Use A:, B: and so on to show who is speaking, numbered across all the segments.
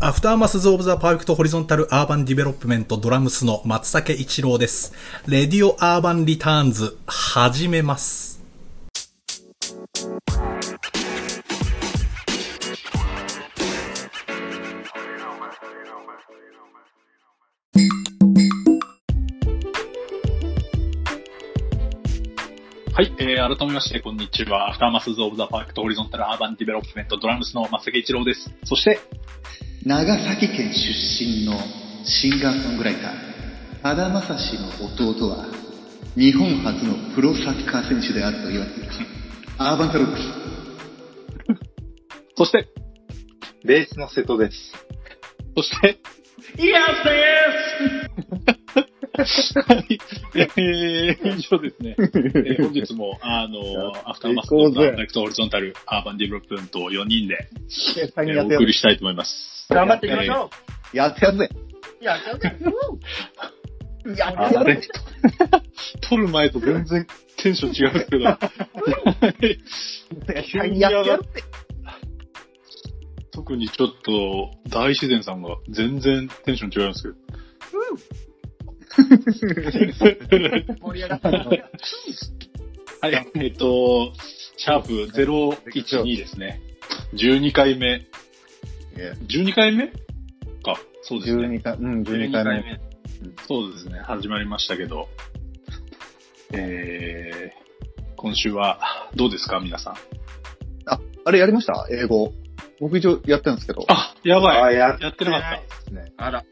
A: アフターマスズ・オブ・ザ・パーフェクト・ホリゾンタル・アーバン・ディベロップメント・ドラムスの松竹一郎です。レディオ・アーバン・リターンズ、始めます。
B: はい、えー、改めまして、こんにちは。アフターマスズ・オブ・ザ・パークとホリゾンタル・アーバン・ディベロップメント・ドラムスの松崎一郎です。そして、
C: 長崎県出身のシンガーソングライター、さだまさしの弟は、日本初のプロサッカー選手であると言われている。アーバンカロックス。
B: そして、
D: ベースの瀬戸です。
B: そして、イエスですはい、えー、以上です ね。えー本日も、あのー、アフターマスズ・オブ・ザ・パークとホリゾンタル・アーバン・ディベロップメントを4人で、えーお送りしたいと思います。
E: 頑張っていきましょ
C: やってやるぜ。
E: う。やってやるぜ。うんや
B: あ
E: ってやる
B: れ
E: ぜ。
B: 撮る前と全然テンション違うんですけど。は い
E: やってやるぜ。
B: 特にちょっと、大自然さんが全然テンション違いますけど。
E: 盛り上がった。は
B: はい、えっと、シャープ012ですね。12回目。12回目か、そうですね。
D: 12回、うん、12回目。
B: 目。そうですね、始まりましたけど。えー、今週はどうですか、皆さん。
C: あ、あれやりました英語。僕一応やったんですけど。
B: あ、やばい。
D: あ、や、
B: やってなかっ
D: ですね。
E: あら。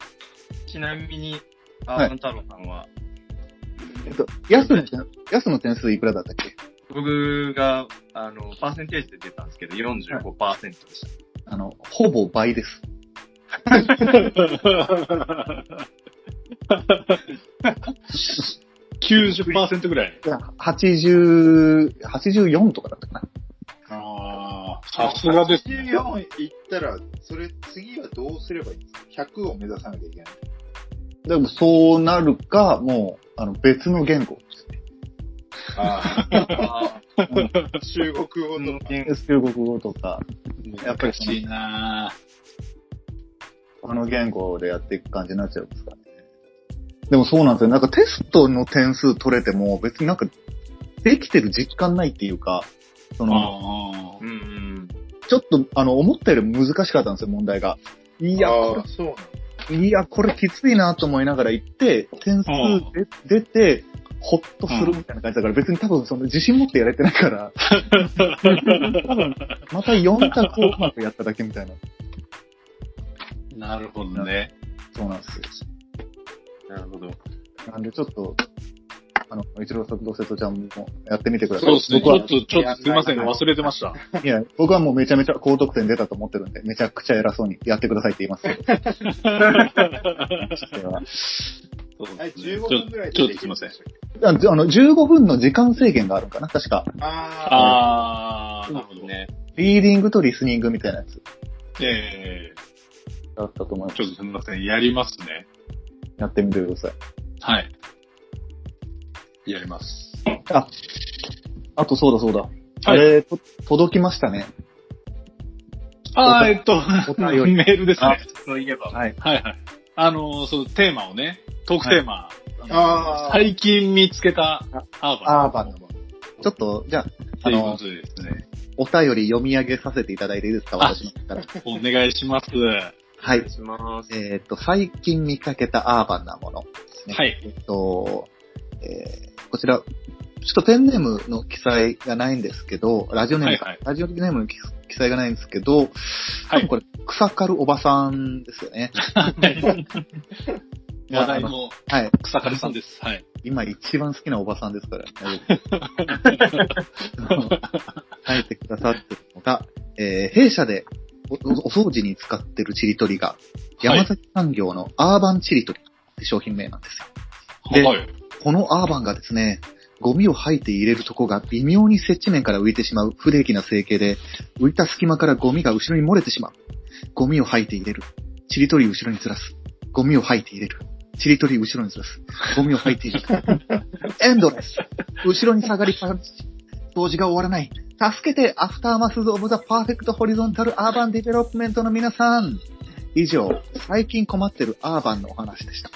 E: ちなみに、あ
C: はい
E: ー、太郎さんは、
C: えっと、ヤスの、ヤスの点数いくらだったっけ
E: 僕が、あの、パーセンテージで出たんですけど、45%でし
C: あの、ほぼ倍です。
B: た。90%ぐらい。
C: いや80、84とかだったかな。
B: ああ、さすがですね。
D: 84行ったら、それ次はどうすればいいんですか ?100 を目指さなきゃいけない。
C: でもそうなるか、もう、あの、別の言語ですね。
D: あ
E: た。あ
D: あ、中国語の。
C: 中国語とか、やっぱりその
B: 難しいなぁ
C: 他の言語でやっていく感じになっちゃうんですかね。でもそうなんですよ。なんかテストの点数取れても別になんかできてる実感ないっていうか、その、
B: あ
E: うんうん。
C: ちょっとあの思ったより難しかったんですよ、問題が。い
D: い
C: や、こ
D: あーそうなの。
C: れいや、これきついなと思いながら行って、点数
B: うん
C: で出て、ほっとするみたいな感じだから、別に多分その自信持ってやれてな いから、また4択をうまくやっただけみたいな。
B: あ。なるほどね。
C: そうなんですよ。
E: なるほど。
C: なんでちょっと、あの、一郎さんと瀬戸ちゃんもやってみてくださ
B: そう
C: い。
B: ですね。ち
C: 僕は
B: ょっと、ちょっとすいません。忘れてました。
C: いや、僕はもうめちゃめちゃ高得点出たと思ってるんで、めちゃくちゃ偉そうにやってくださいって言いますけど。では
B: そう
D: あ
B: で
D: れ、
B: すね
D: 15分ぐらい
B: ちょ
D: で
B: っ
D: で
B: とす
D: き
B: い
D: る
B: ま
D: で
B: せん。
C: ああの、15分の時間制限があるんかな確か。
D: ああ、
B: あー、なるほどね。
C: リーディングとリスニングみたいなやつ
B: え
C: だったと思いま
B: ー、
C: す
B: ち。ょっとすみません。やりますね。
C: やってみてください。
B: はい。やります。
C: あ、あとそうだそうだ。あ
B: はい。
C: れ、と届きましたね。
B: あー、えっと、
C: お
B: メ
C: 便り
B: ールです
E: あ
B: ね。、
E: そういえば、
C: はい。
B: はいはい。あの、そう、テーマをね、トークテーマ。
D: あー
B: 最近見つけたアーバン。
C: アーバンの。ちょっと、じゃあ、
B: と
C: あ
B: いうこ
C: の
B: と、でですね。
C: お便り読み上げさせていただいていいですか
B: あ
C: 私の方から。
B: お願いします。
C: は
E: お
C: い
E: 願い。します。
C: えっ、と、最近見かけたアーバンなもの。
B: はい。
C: えっと、えーこちら、ちょっとペンネームの記載がないんですけど、ラジオネームか、
B: はい
C: ラジオネームの記記載がないんですけど、
B: は
C: 多
B: い
C: 分これ、草刈るおばさんですよ ね。
B: 話題の
C: はい。
B: 草刈さんです。はい。
C: 今一番好きなおばさんですから、ね、書いてくださってるのが、えー弊社でおおお掃除に使ってるちりとりが、山崎産業のアーバンちりとりって商品名なんですよ。
B: はい。はい。
C: このアーバンがですね、ゴミを吐いて入れるとこが微妙に接地面から浮いてしまう不定期な成形で、浮いた隙間からゴミが後ろに漏れてしまう。ゴミを吐いて入れる。ちりとり後ろにずらす。ゴミを吐いて入れる。ちりとり後ろにずらす。ゴミを吐いて入れる。エンドレス。後ろに下がりっぱなし。掃除が終わらない。助けて、アフターマスズ・オブ・ザ・パーフェクト・ホリゾンタル・アーバン・ディベロップメントの皆さん。以上、最近困ってるアーバンのお話でした。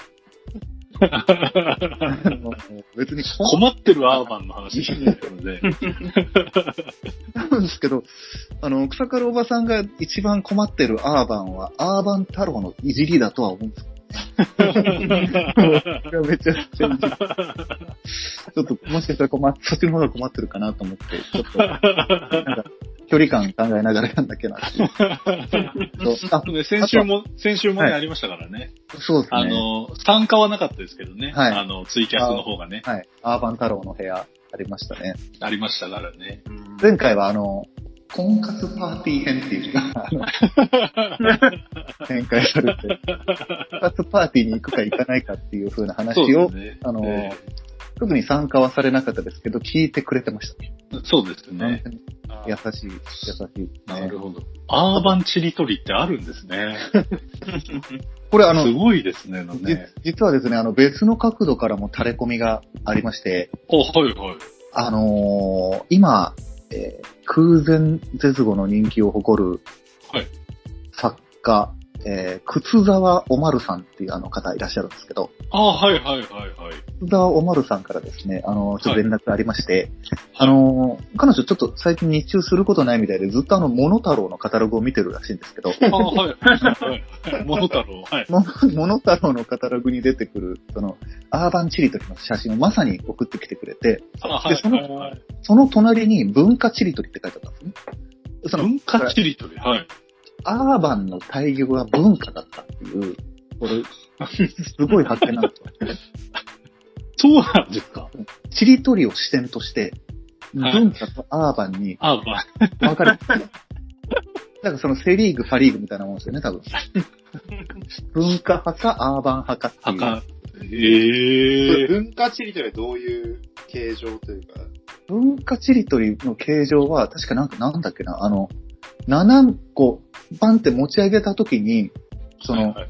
C: 別に困っ
B: 困ってるアーバンの話ですね。
C: たんですけど、あの、草刈おばさんが一番困ってるアーバンは、アーバン太郎のいじりだとは思うんですけど、めちゃくちゃいじるちょっと、もしかしたら困っ、そっちの方が困ってるかなと思って、ちょっと、なんか、距離感考えながらやんだけなっていう。 そうあ
B: ね先週も、先週もね、
C: はい
B: ありましたからね。
C: そうですね。
B: あの、参加はなかったですけどね。
C: はい
B: あの、ツイキャスの方がね、
C: はい。アーバン太郎の部屋ありましたね。
B: ありましたからね。
C: 前回はあの、婚活パーティー編っていうの が、あの展開されて、婚活パーティーに行くか行かないかっていう風な話
B: そう
C: を、
B: ですね。
C: あの
B: え
C: 特に参加はされなかったですけど、聞いてくれてましたね。
B: ーそうですね。
C: 本
E: あ
C: 当に優しい、優しいです
B: な
C: ね。
B: るほど。アーバンチリトリってあるんですね。
C: これあ
B: す
C: の、
B: ごいですね、の
C: じ
B: ね。
C: 実はですね、あの別の角度からも垂れ込みがありまして、
B: お、はいはい。
C: あのー今、えー空前絶後の人気を誇る
B: はい
C: 作家、えー、靴沢おまるさんっていうあの方いらっしゃるんですけど、
B: あはいはいはいはい。
C: 靴沢おまるさんからですね、あのーちょっと連絡がありまして、あのー彼女ちょっと最近日中することないみたいで、ずっとあの、モノ太郎のカタログを見てるらしいんで すけど、
B: あ はいはいはい。モノ太郎、はい。
C: モモノ太郎のカタログに出てくる、その、アーバンチリトリの写真をまさに送ってきてくれて、
B: あはい
C: でその
B: はいはい。
C: その隣に文化チリトリって書いてあったんですね。その
B: 文化チリトリ、はい。
C: アーバンの対義語は文化だったっていう、これ、すごい発見なんです よ。
B: そうなんですか。
C: ちりとりを視点として、
B: はい
C: 文化とアーバンに
B: アーバン。
C: 分かれ てる。だからそのセリーグ、ファリーグみたいなもんですよね、多分。文化派かアーバン派かっていう。
B: 墓。ええー。
D: 文化地理というのはどういう形状というか、
C: 文化ちりとりの形状は、確かなんかなんだっけな、あの、7個、バンって持ち上げた時に、その、
B: はいはい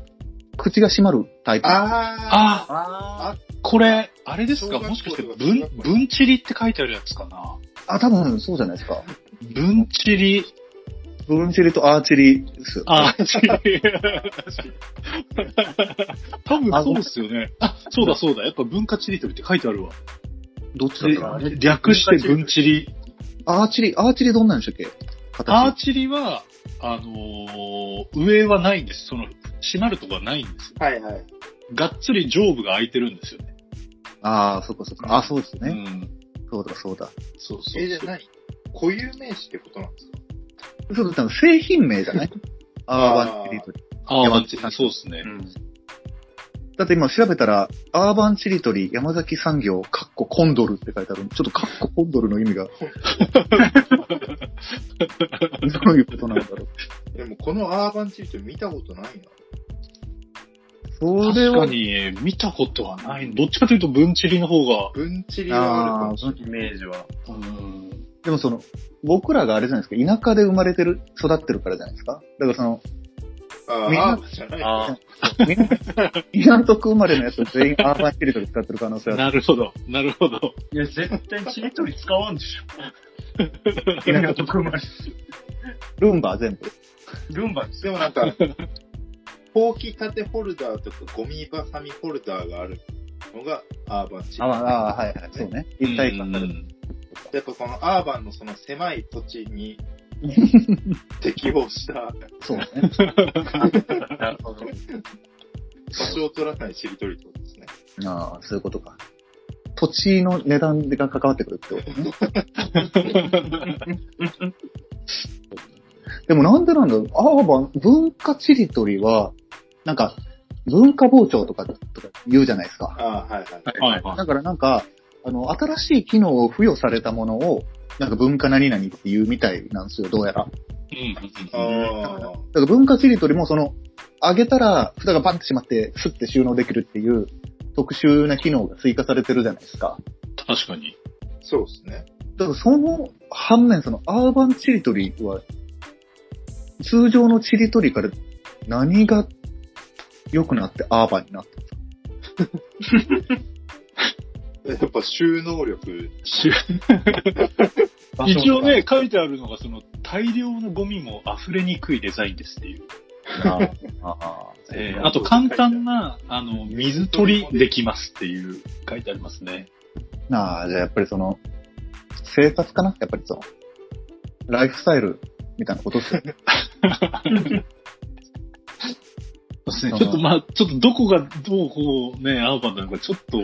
C: 口が閉まるタイプ。
D: あ
B: あ
E: あ
B: これ、あれですか
D: 小学校
B: もしかして、
D: とか
B: 文
D: 中学、校
B: 文チリって書いてあるやつかな
C: あ、多分そうじゃないですか。
B: 文チリ、
C: 文チリとアーチリですよ。
B: あ、チ リ。多分そうですよね。あ、そうだそうだ。やっぱ文化チリトリって書いてあるわ。
C: どっちだったかな
B: で略して文チリ。
C: アーチリ、アーチリどんなんでしたっけ形。
B: アーチリは、あのー上はないんです。その、閉まるとこはないんですよ。
D: あ、はいはい。
B: がっつり上部が空いてるんですよね。
C: ああ、そっかそっか。あそうです
B: う
C: ね。
B: ん。
C: そうだそうだ。
B: そうそう。
D: え、じゃあ何固有名詞ってことなんですか
C: そうだ、製品名じゃないアーバンチリトリ。
B: あ
C: 山
B: あ、
C: 口さん
B: そうですね
E: う。ん。
C: だって今調べたら、アーバンチリトリ山崎産業、カッココンドルって書いてある。ちょっとカッココンドルの意味が。どういうことなんだろう。
D: でもこのアーバン地理というの見たことないな。
C: それ
B: 確か、
C: は
B: に、見たことはない。どっちかというと、文チリの方が、
D: 文地理はある
C: あ
D: か
C: あ
D: もしれない。
E: イメージは。
B: うん、
C: でもその、僕らがあれじゃないですか。田舎で生まれてる、育ってるからじゃないですか。だからその、
D: あ
C: みん
D: ー
C: な
D: アーバンじゃない。
E: あ
C: 港区生まれのやつ全員 アーバンテリトリー使ってる可能性は、
B: なるほど、なるほど。
E: いや、絶対ちりとり使わんでしょ。
C: 田
E: 田
C: 舎
E: 舎
C: と
E: と
C: か
E: か
C: ルンバ全部。
E: ルンバです
D: でもなんか、ほうき立てホルダーとかゴミバサミホルダーがあるのがアーバン地理。
C: あ、まあ、あはいはい、そうね。一体感され
B: う
C: る。
B: ん
D: やっぱこのアーバンのその狭い土地に適応した
C: そうね。
E: なるほど。
D: 場所を取らないしりとりってことですね。
C: ああ、そういうことか。土地の値段が関わってくるってことね。 でもなんでなんだろう。アーバン、文化チリトリは、なんか、文化傍聴とか、とか言うじゃないですか。
D: ああ、はいはい。
B: はいは
C: だからなんか、あの、新しい機能を付与されたものを、なんか文化何々っていうみたいなんですよ、どうやら。
B: い。うん
C: だ
D: あ
C: から文化チリトリもその、上げたら蓋がバンってしまって、スッて収納できるっていう特殊な機能が追加されてるじゃないですか。
B: 確かに。
D: あ、そうですね。
C: だからその反面、そのアーバンチリトリは、通常のチリトリから何が良くなってアーバンになった
D: やっぱ収納力。
C: 場所が
B: 一応、ね、書いてあるのが、その、大量のゴミも溢れにくいデザインですっていう。
C: あー
E: あー
B: えーあと簡単な、あの、水取りできますっていう書いてありますね。
C: ああ、じゃあやっぱりその、生活かなやっぱりそう。ライフスタイルみたいなことっすよ ね。
B: そうですね。ちょっとまあ、ちょっとどこがどうこうね、アーバンなのかちょっと、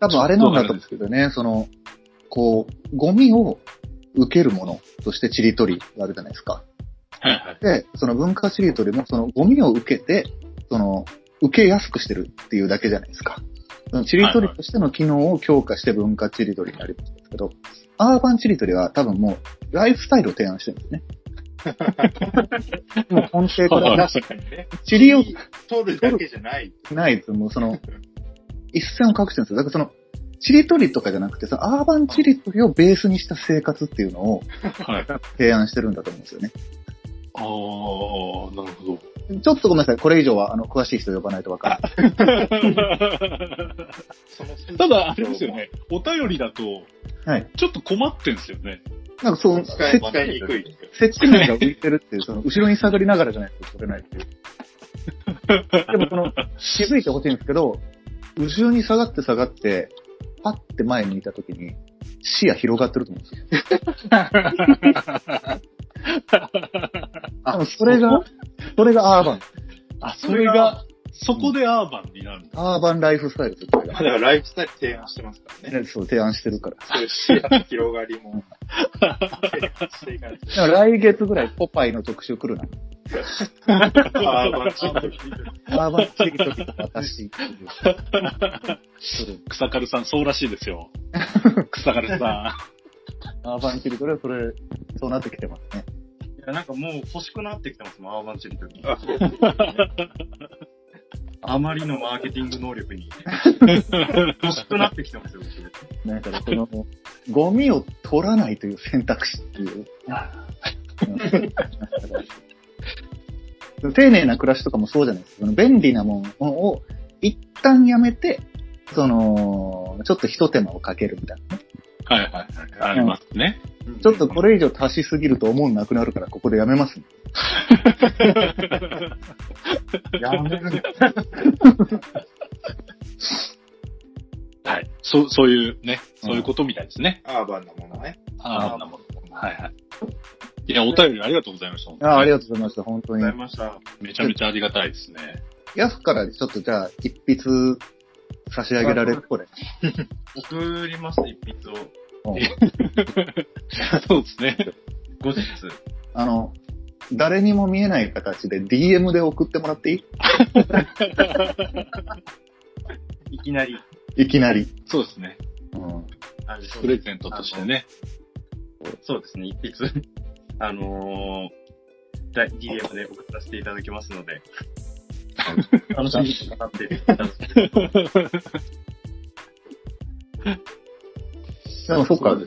C: 多分あれなんだと思うんですけどね、その、こう、ゴミを受けるものとしてちりとりがあるじゃないですか。
B: はいはい。
C: で、その文化ちりとりも、そのゴミを受けて、その、受けやすくしてるっていうだけじゃないですか。そのちりとりとしての機能を強化して文化ちりとりになりましたけど、アーバンちりとりは多分もう、ライフスタイルを提案してるんです ね。もう根底か
B: はいは
C: ら
B: い、
C: ちりを
D: 取るだけじゃない。
C: ないです。もうその、一線を隠してるんですよ。だからその、チリトリとかじゃなくて、そのアーバンチリトリをベースにした生活っていうのを
B: はい。あ
C: 提案してるんだと思うんですよね。
B: あー、なるほど。
C: ちょっとごめんなさい。これ以上は、あの、詳しい人呼ばないとわからない。
D: その
B: ただ、あれですよ。ね。お便りだと、
C: はい。
B: ちょっと困ってんですよね。
C: なんかそう、
D: 使い使いにくい。
C: 接地面が浮いてるっていう、その、後ろに下がりながらじゃないと取れないっていう。でもその、気づいてほしいんですけど、後ろに下がって下がって、パッて前にいた時に、視野広がってると思うんですよ。あ、でもそれが、それがアーバン。
B: あ、それが、そこでアーバンになるんだ。
C: アーバンライフスタイルですよ、これ
D: だ
C: が
D: か。らライフスタイル提案してますからね。
C: ねそう、提案してるから。
D: そういう視野の広がりも。提案していかないと
C: だから来月ぐらいポパイの特集来るな。
D: あーまあちょっと
C: アーバンチリトリと私っていう。する
B: 草刈さん、そうらしいですよ。草刈さ
C: アーバンチリトリはそれ、そうなってきてますね。
E: いや、なんかもう欲しくなってきてますもん、アーバンチリトリ。
D: あそう
E: あまりのマーケティング能 力に。欲しくなってきてますよ、僕
C: だからこの、ゴミを取らないという選択肢って いう。うん丁寧な暮らしとかもそうじゃないですか。その便利なものを一旦やめて、その、ちょっと一手間をかけるみたいな。
B: ん。 はいはい。ありますね。
C: ちょっとこれ以上足しすぎると思うなくなるから、ここでやめます、やめるんだ。
B: はい。そう、そういうね、そういうことみたいですね。
D: アーバンなものね。
B: アーバンなもの。はいはい。いや、お便りありがとうございました。
C: ああり
B: が
C: がとうございました、本当に
E: ござい。ました。
B: めちゃめちゃありがたいですね。
C: ヤフからちょっとじゃあ、一筆差し上げられるこれ。
E: 送りました、一筆を。
B: そうですね。
E: 後日。
C: あの、誰にも見えない形で DM で送ってもらってい
E: いきなり。
C: いいきなり。
B: そうですね。
C: うん。
E: あそう
B: プレゼントとしてね。
E: そうですね、一筆。 あのー、だ DM で送らせていただきますので。楽しみにしてもらっていただき
C: でもそっか。
D: そうで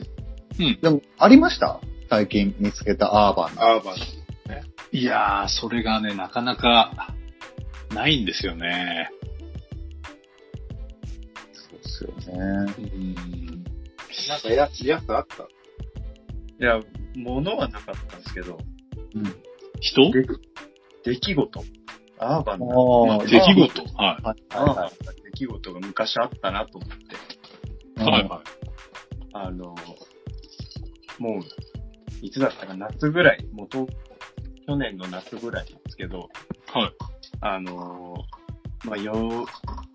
B: うん
C: でも、ありました最近見つけたアーバンな。
D: アーバン。
B: いやー、それがね、なかなか、ないんですよね。
C: そうですよね。
B: うん。
D: なんかややつあった
E: いや、物はなかったんですけど、
B: 人
E: で出来事。アーバンな
C: あ
B: 出来事は
E: アーバンな出来事が昔あったなと思っ
B: い。
E: て。
B: はいは
E: あの、もう、いつだったか夏ぐらい、もうと、去年の夏ぐらいなんですけど、
B: い。はい。
E: あの、まあ、夜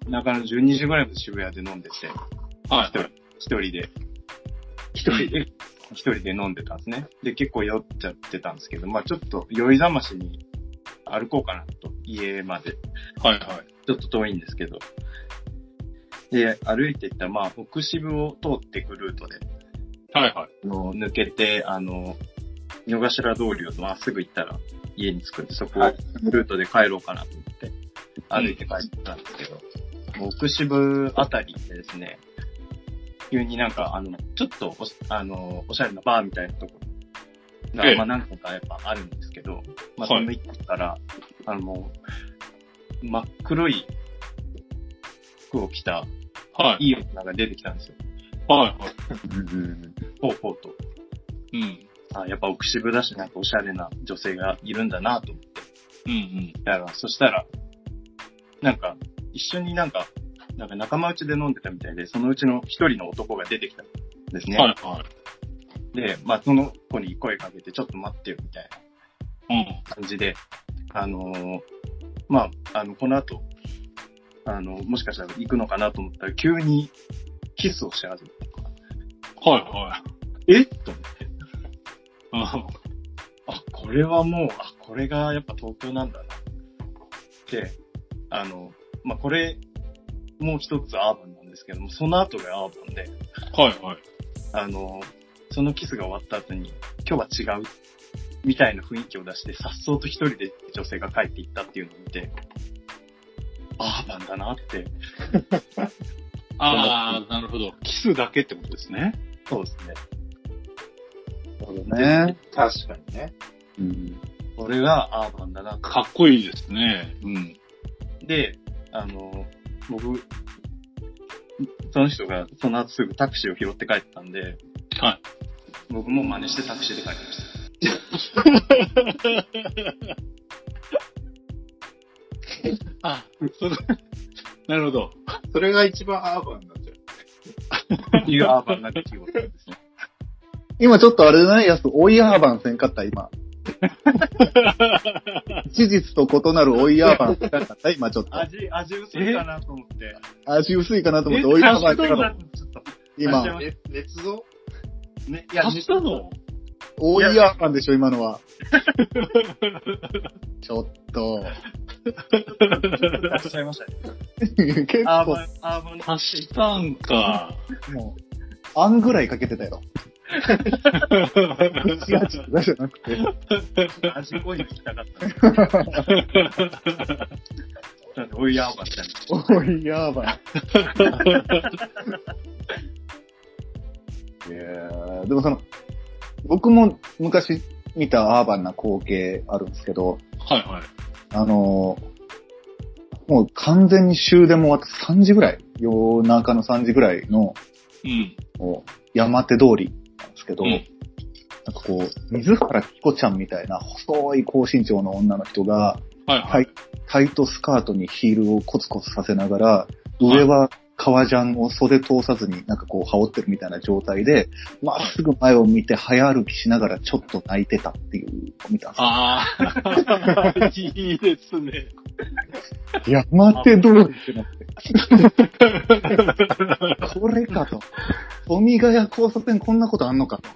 E: 中の12時ぐらいまで渋谷で飲んでて、
B: はい
E: 一人で、一人で、一人で飲んでたんですね。で、結構酔っちゃってたんですけど、まあ、ちょっと酔い覚ましに歩こうかなと、家まで。
B: い。はいはい。
E: ちょっと遠いんですけど。で、歩いていったら、まあ、奥渋を通ってくルートで、
B: はいはい。
E: あの抜けて、あの、井の頭通りをまっすぐ行ったら家に着くんで、そこをルートで帰ろうかなと思って、歩いて帰ったんですけど、奥渋あたりでですね、急になんか、あの、ちょっとおし、あの、おしゃれなバーみたいなところが、
B: ええ
E: まあ何個かやっぱあるんですけど、
B: は
E: まあそ
B: い
E: の一個から、あの、もう真っ黒い服を着た、
B: はい。
E: いい女が出てきたんですよ。
B: はいはい。
E: ぽうぽうと。
B: うん。
E: あやっぱ奥渋だし、なんかおしゃれな女性がいるんだなと思って。
B: うんうん。
E: だから、そしたら、なんか、一緒になんか、なんか仲間内で飲んでたみたいで、そのうちの一人の男が出てきたんですね。
B: はいは
E: で、まあ、その子に声かけて、ちょっと待ってよ、みたい
B: い。うん。
E: な感じで、あのーまあ、あの、この後、あの、もしかしたら行くのかなと思ったら、急にキスをし始めて、
B: はいはい。
E: えっと思って、
B: うん。
E: あ、これはもう、あ、これがやっぱ東京なんだな。って、あの、まあ、これ、もう一つアーバンなんですけども、その後がアーバンで、
B: はいはい。
E: あの、そのキスが終わった後に、今日は違う、みたいな雰囲気を出して、さっそうと一人で女性が帰っていったっていうのを見て、アーバンだなって、
B: ああ、なるほど。キスだけってことですね。
E: そうですね。
C: なるほどね。
D: 確かにね。
C: うん。
E: これがアーバンだな
B: かっこいいですね。うん。
E: で、あの、僕、その人がその後すぐタクシーを拾って帰ったんで、
B: はい。
E: 僕も真似してタクシーで帰りました。
B: あ、それ、なるほど。
D: それが一番アーバンになっちゃう。
E: って いうアーバンな出来事ですね。
C: 今ちょっとあれだね、やす、追いアーバンせんかった、今。事実と異なる追いアーバンせんかった、今ちょっと。
E: 味、味薄いかなと思って。
C: 味薄いかなと思
E: え
C: って、追いアーバ
E: 足
C: ンせ
E: しと
C: ん
E: い
C: か
E: た
C: った、
E: ちょっと。足し
C: 今。
E: とい
D: ね、熱造
E: ね、いや、
B: 足したの
C: 追いアーバンでしょ、今のは。ちょっと。
E: 足しちゃいました ね。
C: 結
E: アー
C: 構
E: バ、ン、アーバンに
B: 足したんか。
C: もう、あんぐらいかけてたよ。違う違う、じゃなくて。
E: 味濃いの聞きたかった。なんで、おいアーバンって
C: 追いアーバン。いやーでもその、僕も昔見たアーバンな光景あるんですけど、
B: はいはい。
C: あのーもう完全に終電も終わって3時ぐらい、夜中の3時ぐらいの
B: うん。
C: もう山手通りなんですけど、
B: うん
C: なんかこう、水原希子ちゃんみたいな細い高身長の女の人が、
B: はい
C: タ
B: は
C: イ
B: い。
C: タイトスカートにヒールをコツコツさせながら、上は革ジャンを袖通さずになんかこう羽織ってるみたいな状態で、まっすぐ前を見て早歩きしながらちょっと泣いてたっていうのを見たんですよ
B: ああ、 いいですね。
C: 山手通りってなって、 これかと。富ヶ谷交差点こんなことあんの かと。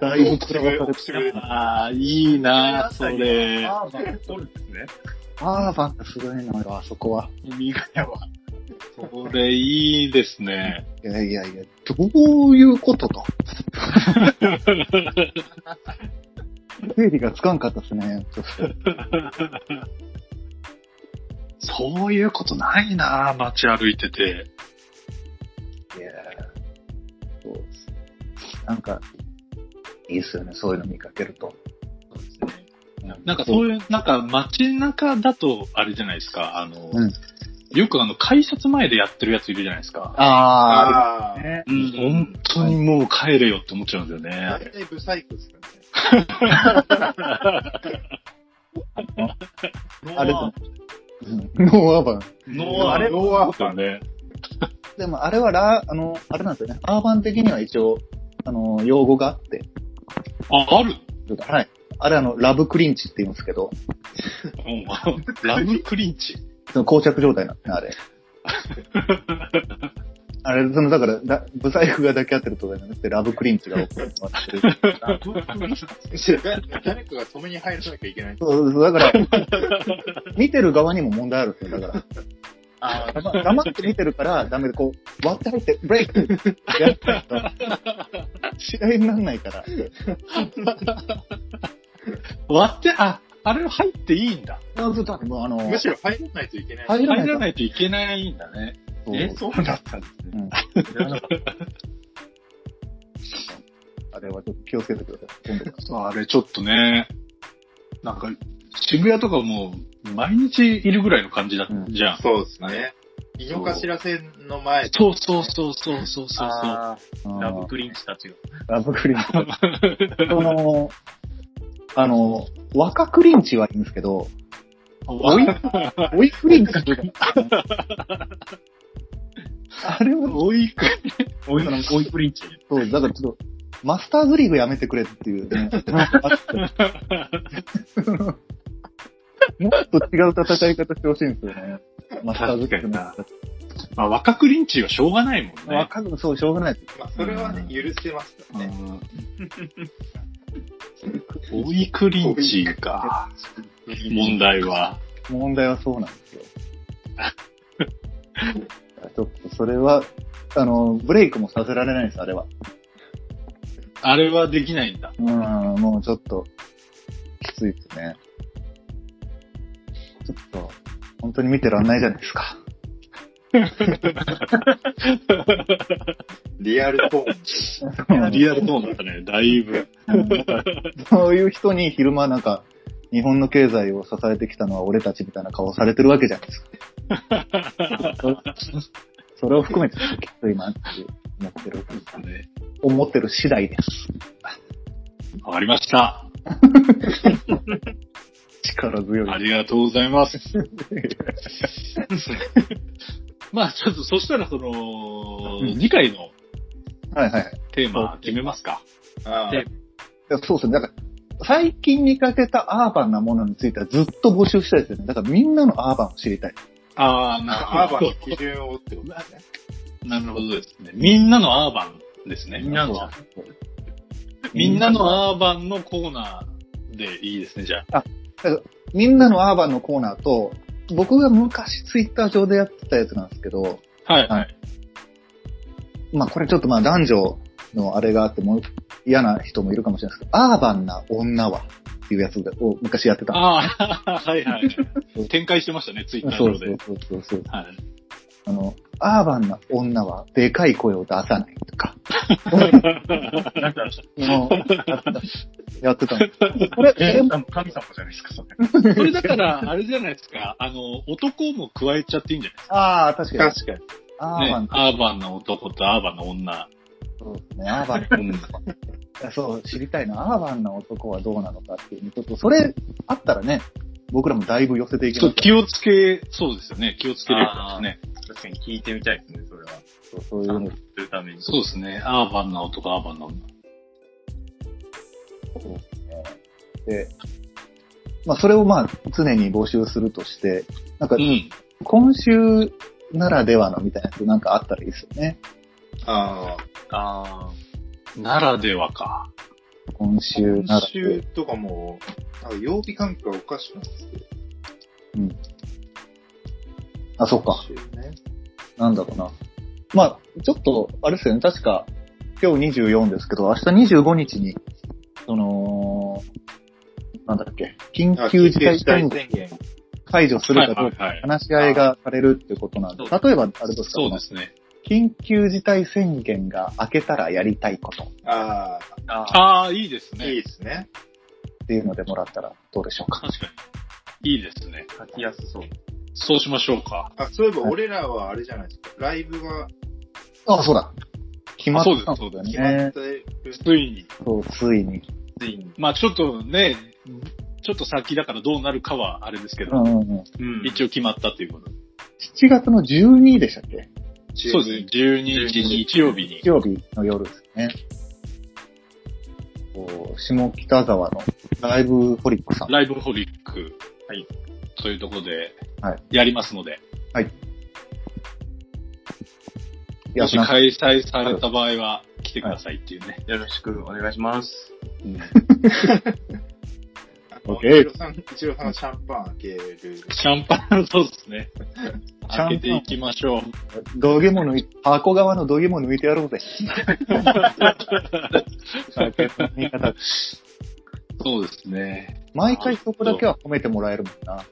C: だいぶくらわされてる。
B: ああ、いいな、それ。
E: アーバン取るんですね。
C: アーバンってすごいのよ、あそこは。
B: 身がやは。それいいですね。
C: いやいやいや、どういうこ とと。整理がつかんかったですね。ちょっ
B: そういうことないな、街歩いてて。
C: といやそうです。なんか、いいっすよね、そういうの見かけると。
E: そうですね。
B: なんかそういう、なんか街中だと、あれじゃないですか、あの、
C: うん
B: よくあの、改札前でやってるやついるじゃないですか。
C: あ
D: あ
C: あ、
D: あ。
C: ね、
B: うん、本当にもう帰れよって思っちゃうんですよね。
D: 大体ブサイクですか
C: あれ
E: ノーアー
C: うんノーアーバン。
B: ノーア
E: あれ
B: ノーアウトだね。
C: でもあれはラ、あの、あれなんですよね。アーバン的には一応、あの、用語があって。
B: あ、ある
C: はい。あれあの、ラブクリンチって言うんですけど、
B: うんラブクリンチ。
C: その膠着状態なんですね、あれ。あれ、その、だから、だブサイクが抱き合ってるとかじゃなくて、ラブクリンチが起こってる。
D: ね。だ誰かが止めに入らなきゃいけない。
C: そうそう、だから、見てる側にも問題あるんですよ、だから。
E: あー
C: 黙黙って見てるから、ダメで、こう、割って入って、ブレイクやったら、試合にならないから。
B: 割って、あ、あれ入っていいんだ。
C: そうすると、もうあの、
D: むしろ入らないといけない。
C: 入らない
B: 入
C: から
B: ないといけないんだね。
C: そう
E: え、そうだったんですね。知らなかっ
C: あれはちょっと気をつけてください。今度
B: そうあれちょっとね、なんか、渋谷とかもう、毎日いるぐらいの感じだ、
C: うん
B: じゃん。
D: そうですね。井の頭線の前
B: そうそうそうそうそうそう
E: た。あ
C: あ
E: ー
C: ー
E: ラブクリンチたちが。
C: ラブクリンチ。その、あの、若クリンチはいいんですけど、
B: お
C: い
B: い、
C: 追いクリンチ。あれを、
B: おい、
E: おい、おいプリンチ。
C: そう、だからちょっと、マスターズリーグやめてくれっていう ね。もっと違う戦い方してほしいんですよね。マスターズリーグの。
B: まあ、若くリンチはしょうがないもんね。
C: 若く、そう、しょうがないです。
D: まあ、それはね、許せますよね。
B: おいくリンチか。問題は。
C: 問題はそうなんですよ。 ちょっと、それは、あの、ブレイクもさせられないです、あれは。
B: あれはできないん だ。
C: うん、もうちょっと、きついですね。ちょっと、本当に見てらんないじゃないですか。
D: リアルトーン。
B: リアルトーンだったね、だいぶ。
C: そういう人に昼間なんか、日本の経済を支えてきたのは俺たちみたいな顔されてるわけじゃないですか。それを含めて、きっと今って思ってる、
B: ね
C: 思ってる次第です。
B: わかりました。
C: 力強い。
B: ありがとうございます。 まあ、ちょっと、そしたら、その、次回の
C: はいはいはい。
B: テーマ決めますか。
D: ああ
E: で
C: いやそうですね。だから、最近見かけたアーバンなものについてはずっと募集したいですよね。だからみんなのアーバンを知りたい。
B: ああ、
D: アーバンの基準をってことだね。
B: なるほどですね。みんなのアーバンですね。
E: みんなの
B: みんなのアーバンのコーナーでいいですね、じゃあ。
C: みんなのアーバンのコーナーと、僕が昔ツイッター上でやってたやつなんですけど、
B: はい。
C: はいまあこれちょっとまあ男女のあれがあっても嫌な人もいるかもしれないですけど、アーバンな女はっていうやつを昔やってた。
B: ああ、はいはいはい。展開してましたね、ツイッター
C: そ
B: 上
C: う
B: で。
C: そうそうそうそう。
B: はい。
C: あの、アーバンな女はでかい声を出さないとか、
E: なんか、
C: もうやってたやってたんですこれ、これも
E: 神様じゃないですか、それ。
B: それだから、あれじゃないですか、あの、男も加えちゃっていいんじゃないです
C: ああ、確かに。
D: 確かに。
C: ア
B: か。
C: ーバン
B: ね、アーバンの男とアーバンの女。
C: そうですね、アーバンの男いやそう、知りたいな、アーバンな男はどうなのかっていう、ちょっとそれあったらね、僕らもだいぶ寄せていけ
B: ちょ
C: ま
B: っ
C: す
B: と気をつけ、そうですよね、気をつけるからですね。
E: 確かに聞いてみたいですね、それは。
C: そうそういうの。
E: するために。
B: そうですね、アーバンな男、アーバンな女。
C: で、まあ、それをまあ、常に募集するとして、なんか
B: う、ん。
C: 今週ならではのみたいなやつなんかあったらいいですよね。
D: ああ。
E: あ
B: ならではか。
C: 今週な
D: 今
C: らで
D: 週とかも、なんか曜日感覚がおかしくなってて。
C: あ、そっか。
D: 今週ね。
C: なんだろうな。まあ、ちょっと、あれですよね、確か、今日24ですけど、明日25日に、その、なんだっけ、緊
D: あ
C: 急事態宣
D: 緊
C: 言
D: 急事態宣
C: 解除するかどうか
B: はいはいはい
C: 話し合いがされるってことなんで、
E: そ
C: 例えば、あれですか、
B: そうですね。
C: 緊急事態宣言が明けたらやりたいこと
D: 言。
E: あ、
D: あ
E: ああ、
B: ああ、いいです
D: あ、い
B: ね。
D: いですね。
C: っていうのでもらったらどうでしょうか。
B: 確かに。いいですね。
E: 書きやすそう。
B: そうしましょうか。
D: あ、そういえば俺らはあれじゃないですか。ライブが
C: あ、そうだ。決まった
B: あ
C: ん
B: そう
C: だよ
B: です
D: 決まっ
C: ね。
D: てる。
B: ついに。
C: そう、ついに。
E: ついに。
B: まあちょっとね、ちょっと先だからどうなるかはあれですけ
C: う
B: ど、
C: んうんうん。
E: うん
B: 一応決まったということで。
C: 7月の12でしたっけ
B: そうですね。12日日曜日に
C: 日。曜日の夜ですね。こう下北沢のライブホリックさん。
B: ライブホリック。
E: はい。
B: というところで
C: はい、
B: やりますので、
C: い
B: もし
C: なんか
B: 開催された場合は来てくださいっていうね。
E: よろしくお願いします。
C: オッケー
D: 一郎さん、一郎さんがシャンパン開ける。
B: シャンパン、そうです ね。
C: シャンパン
B: 開けていきましょう。
C: 土下も抜い、箱側の土下も抜いてや ろうぜ。言い方
B: そうですね。
C: 毎回そこだけは褒めてもらえるもんな。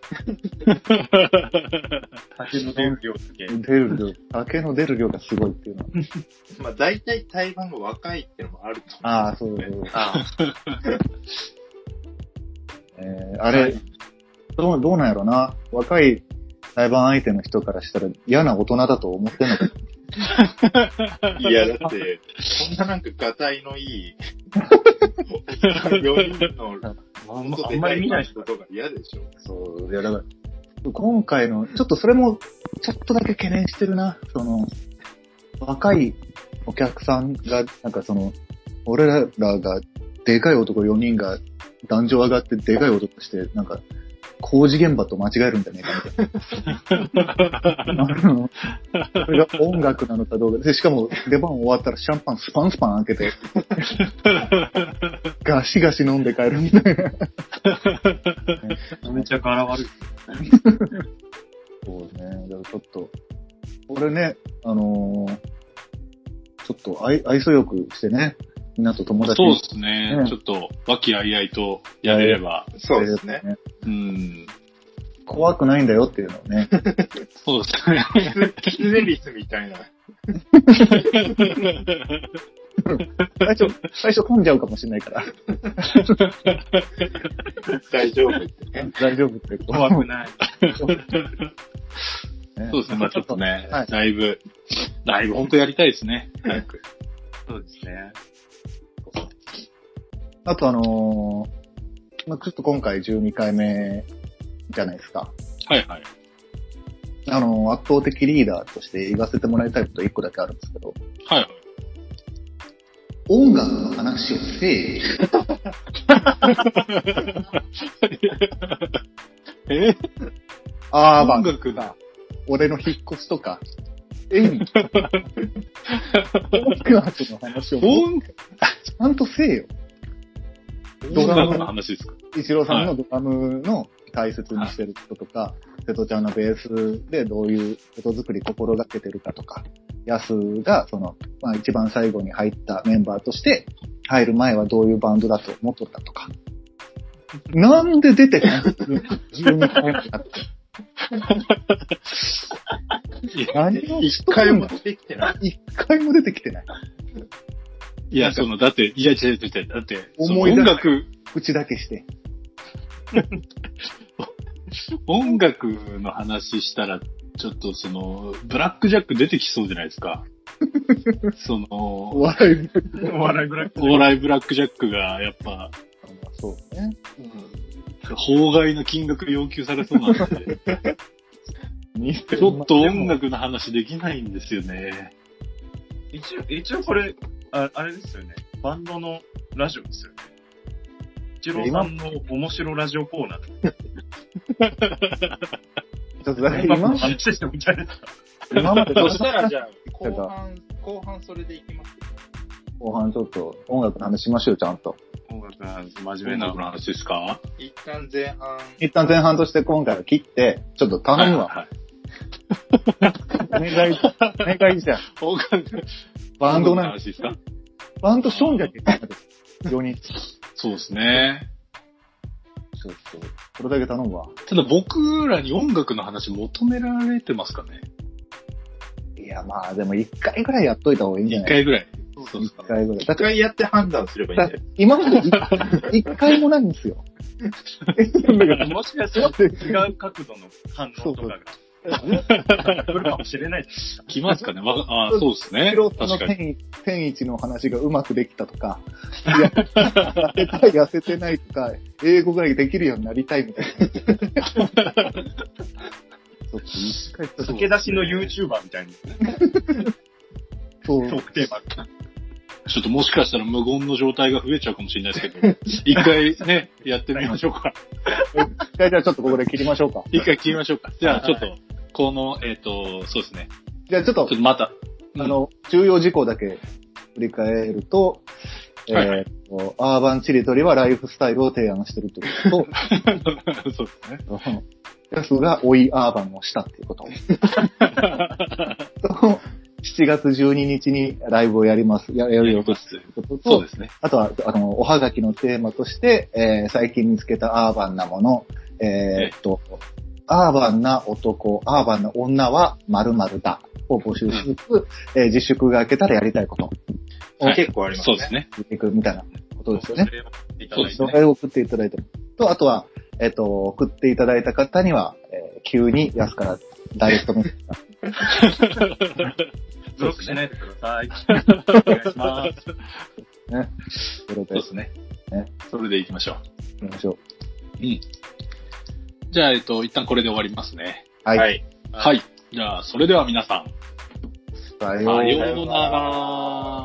E: 竹の出る量だけ。
C: 出る量、酒の出る量がすごいって いうのは。
D: まあ大体台湾が若いってのもあると思う。
C: ああ、そうそうそう。
E: あ
C: えーあれ、どう、どうなんやろな。若い裁判相手の人からしたら嫌な大人だと思ってんのか。
D: いや、だって、こんななんかガタイのいい、4人の
E: あんまあんまり見ない人
D: 人とか嫌でしょ。
C: そう、いやだから、今回の、ちょっとそれも、ちょっとだけ懸念してるな。その、若いお客さんが、なんかその、俺らが、でかい男4人が、壇上上がってでかい男として、なんか、工事現場と間違えるんじゃねえかみたいなあの。それが音楽なのかどうか。で、しかも、出番終わったらシャンパンスパンスパン開けて、ガシガシ飲んで帰るみたいな。
E: めちゃ柄悪い。
C: そうね。だからちょっと、俺ね、あのーちょっと愛愛想よくしてね、みんなと友達
B: そう
C: に
B: で
C: し
B: すね。
C: うん
B: ちょっと、和気あいあいとやれれば、
D: そう
C: て
D: ですね。。
B: うん。
C: 怖くないんだよっていうのを ね。
B: そうですね。
D: キツネリスみたいな。
C: 最初、最初混んじゃうかもしれな いから、
D: 大丈夫ってね。
C: 大丈夫ってこ
E: 怖くない。
C: と、ね
B: そうですね。まあちょっと。ね、
C: はい
B: だいぶ、だいぶ本当やりたいですね。早く。
E: そうですね。
C: あとあのーまあ、ちょっと今回12回目じゃないですか。
B: はいはい。
C: あのー圧倒的リーダーとして言わせてもらいたいこと1個だけあるんですけど、
B: はいはい。
C: 音楽の話をせえよ。
B: え
C: あーまあ
B: 音楽だ。
C: 俺の引っ越しとか、演技、音楽の話をち
B: 音
C: ゃんとせえよ。ドラ
B: 楽の
C: ム、
B: 話ですか
C: 一郎さんのドラムの大切にしてることとか、瀬戸ちゃんのベースでどういうこと作り心がけてるかとか、ヤスがその、まあ一番最後に入ったメンバーとして、入る前はどういうバンドだと思っとったとか。なんで出てこない ?12 回目だって
B: いや
C: 何を
D: 一回もできて ない。
C: 一回も出てきてない。
B: いや、その、だって、いや、違う違う違う。だって、その
C: 思い出せ
B: 音
C: ない
B: 楽、
C: 口だけして。
B: 音楽の話したら、ちょっとその、ブラックジャック出てきそうじゃないです か。そ
C: お
B: の、
C: 笑いに
E: お 笑いブラック。
B: お笑いブラックジャックが、やっぱ、
C: そうね。
B: 法外の金額要求されそうなんで、ちょっと音楽の話できないんですよね。
E: 一応、一応これ、ああれですよね。バンドのラジオですよね。一郎さんの面白ラジオコーナー。
C: ちょっとだから
E: 音楽の
C: 今
E: 話してみたいな。
C: 今まで
D: そしたらじゃあ、
C: 後
D: 後半、後半それでいきます。
C: 後半ちょっと音楽の話しましょう、ちゃんと。
E: 音楽の話、真面
B: 音
E: 目
B: 楽の
E: な。
B: 話ですか
D: 一旦前半、
C: 一旦前半として今回は切って、ちょっと頼むわ。
B: はいはい
C: お願い、お願いじゃん。
B: 音楽の
C: バンドなん
B: 話ですか
C: バンドションじゃけん。4人。
B: そうですね。
C: ちょっと、それだけ頼むわ。
B: ただ僕らに音楽の話求められてますかね
C: いや、まあでも一回ぐらいやっといた方がいいんじゃ
B: 一
C: ない
B: 回ぐらい。そうで
C: 一
B: すか。
C: 回ぐらい。だっ
D: 一
C: て、
D: 回やって判断すればいいん
C: だっ
D: だ
C: て
D: よ。
C: 今まで一一回もないんですよ。
E: もしかしたら違う角度の反応とかが、来るかもしれない。
B: 来ますかねわあーそうですね
C: 素人。の
B: 確かに。
C: 天一天一の話がうまくできた とか、いや痩せたい、痩せてないとか、英語ができるようになりたいみたいな。 ちょっと一回ちょっと
E: 駆け出しの YouTuber みたいな
C: そう
E: トークテーマ。
B: ちょっともしかしたら無言の状態が増えちゃうかもしれないです けど、一回ね、やってみましょう か。
C: じゃあじゃあちょっとここで切りましょうか。
B: 一回聞きましょうか。じゃあちょっと、この、えっ、と、そうですね。
C: じゃあちょっ
B: ちょ
C: と
B: っと、また、
C: あの、重要事項だけ振り返ると、え
B: はいは
C: ーとアーバンチリトリはライフスタイルを提案してるってこと
B: そう ですね。
C: と、ヤスが追いアーバンをしたっていうこと。と7月12日にライブをやります。ややるよとことと
B: そうですね。
C: あとは、あの、おはがきのテーマとして、えー最近見つけたアーバンなもの、えーっと、アーバンな男、アーバンな女は〇〇だを募集しつつ、えー自粛が明けたらやりたいことを
B: はい
D: 結構あります
B: そう
D: ね。
B: ですね。
C: 言っていくみたいなことですよね。。
E: そうです
C: そ
E: ね。
C: れを送っていただいてもと、あとは、えーっと、送っていただいた方には、えー急に安からダイレクトメッセージ
E: ブロックしないでください。お願いしま
C: が
E: す。
C: 来るの
B: そう
C: で
B: ですね。
C: ね。
B: それで行きましょう。
C: 行きましょう。
B: うん。じゃあ、えっと、一旦これで終わりますね。
C: はい。
E: はい。
B: はい。じゃあ、それでは皆さん、
C: さ
B: さ
C: よう
B: ようなら。